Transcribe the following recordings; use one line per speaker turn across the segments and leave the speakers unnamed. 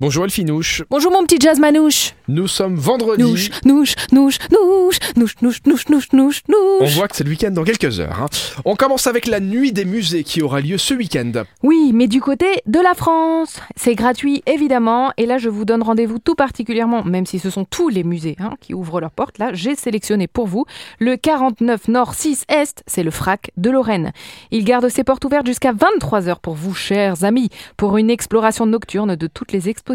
Bonjour Elfinouche,
Bonjour mon petit jazz manouche.
nous sommes vendredi.
Nouche, nouche, nouche, nouche, nouche, nouche, nouche, nouche, nouche,
On
nouche.
voit que c'est le week-end dans quelques heures. hein. On commence avec la nuit des musées qui aura lieu ce week-end.
Oui, mais du côté de la France. C'est gratuit évidemment. Et là, je vous donne rendez-vous tout particulièrement, même si ce sont tous les musées hein, qui ouvrent leurs portes. Là, j'ai sélectionné pour vous le 49 Nord 6 Est. C'est le frac de Lorraine. Il garde ses portes ouvertes jusqu'à 23h pour vous, chers amis, pour une exploration nocturne de toutes les expositions.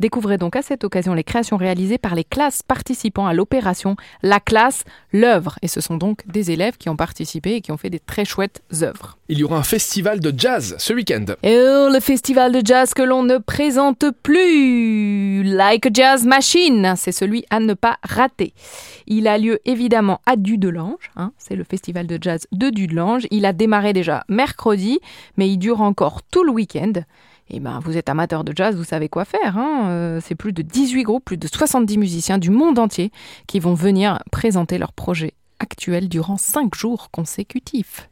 Découvrez donc à cette occasion les créations réalisées par les classes participant à l'opération La classe, l'œuvre. Et ce sont donc des élèves qui ont participé et qui ont fait des très chouettes œuvres.
Il y aura un festival de jazz ce week-end.
Et oh, le festival de jazz que l'on ne présente plus, Like a Jazz Machine, c'est celui à ne pas rater. Il a lieu évidemment à Dudelange, hein, c'est le festival de jazz de Dudelange. Il a démarré déjà mercredi, mais il dure encore tout le week-end. Et ben, vous êtes amateur de jazz, vous savez quoi faire. hein, euh, c'est plus de 18 groupes, plus de 70 musiciens du monde entier qui vont venir présenter leurs projets actuels durant 5 jours consécutifs.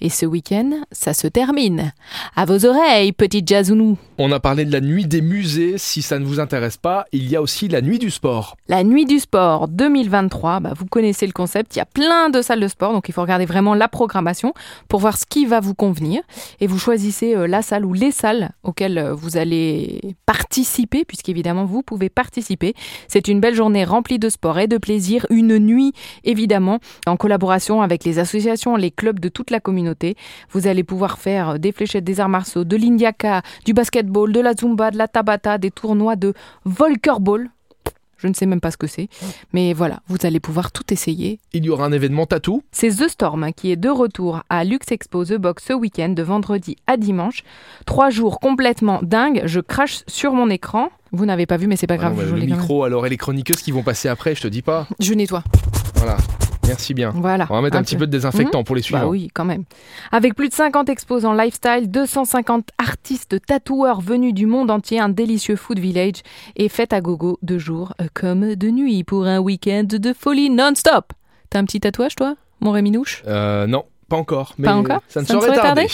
Et ce week-end, ça se termine. À vos oreilles, petit jazzounou.
On a parlé de la nuit des musées, si ça ne vous intéresse pas, il y a aussi la nuit du sport.
La nuit du sport 2023, bah, vous connaissez le concept, il y a plein de salles de sport, donc il faut regarder vraiment la programmation pour voir ce qui va vous convenir. Et vous choisissez euh, la salle ou les salles auxquelles euh, vous allez participer, puisqu'évidemment vous pouvez participer. C'est une belle journée remplie de sport et de plaisir, une nuit évidemment, en collaboration avec les associations, les clubs de toute la communauté. Vous allez pouvoir faire euh, des fléchettes, des arts martiaux, de l'indiaka, du basketball, de la zumba, de la tabata, des tournois de volkerball. Je ne sais même pas ce que c'est. Mais voilà, vous allez pouvoir tout essayer.
Il y aura un événement tatou.
C'est The Storm hein, qui est de retour à Lux Expo The Box ce week-end de vendredi à dimanche. Trois jours complètement dingues. Je crache sur mon écran. Vous n'avez pas vu, mais c'est pas
Ah
grave.
non, mais
je,
le
l'ai quand même.
micro alors et les chroniqueuses qui vont passer après, je te dis pas.
Je nettoie.
Voilà, merci bien.
Voilà.
On va mettre un, petit peu de désinfectant pour les
Ah, Bah
suivants.
oui, quand même. Avec plus de 50 exposants lifestyle, 250 artistes tatoueurs venus du monde entier, un délicieux food village et fête à gogo de jour euh, comme de nuit pour un week-end de folie non-stop. T'as un petit tatouage, toi, mon Réminouche
Euh, non, pas encore. Mais
Pas encore
Ça ne saurait tarder.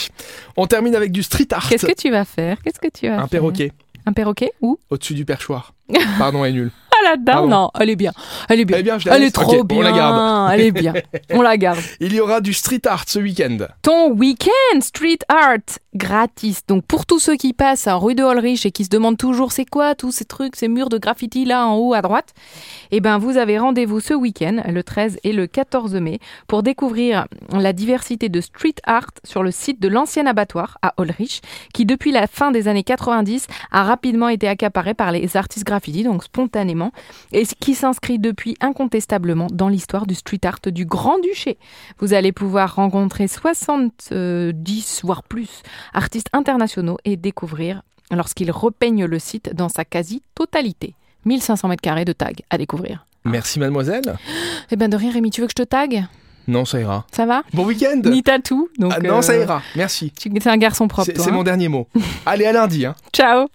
On termine avec du street art.
Qu'est-ce que tu vas faire Qu'est-ce que tu vas
Un
faire
perroquet
Un perroquet Où
au-dessus du perchoir. Pardon, elle est nulle.
Ah là dedans
Pardon.
Non, elle est bien. Elle est bien.
Eh bien, je la
Elle est
laisse.
trop
Ok,
bien.
On la garde.
Elle est bien. On la garde.
Il y aura du street art ce week-end.
Ton week-end street art gratis. Donc pour tous ceux qui passent à rue de Holrich et qui se demandent toujours c'est quoi tous ces trucs, ces murs de graffiti là en haut à droite, eh ben vous avez rendez-vous ce week-end, le 13 et le 14 mai, pour découvrir la diversité de street art sur le site de l'ancien abattoir à Holrich, qui depuis la fin des années 90 a rapidement été accaparé par les artistes graffiti, donc spontanément, et ce qui s'inscrit depuis incontestablement dans l'histoire du street art du Grand-Duché. Vous allez pouvoir rencontrer 70, voire plus, artistes internationaux et découvrir lorsqu'ils repeignent le site dans sa quasi-totalité. 1500 mètres carrés de tags à découvrir.
Merci mademoiselle.
Eh ben de rien, Rémi, tu veux que je te tague
Non, ça ira.
Ça va
Bon week-end.
Ni tatou. donc,
Ah, non, ça
euh,
ira. Merci.
Tu es un garçon propre,
C'est
toi.
c'est
hein.
mon dernier mot. Allez, à lundi. hein.
Ciao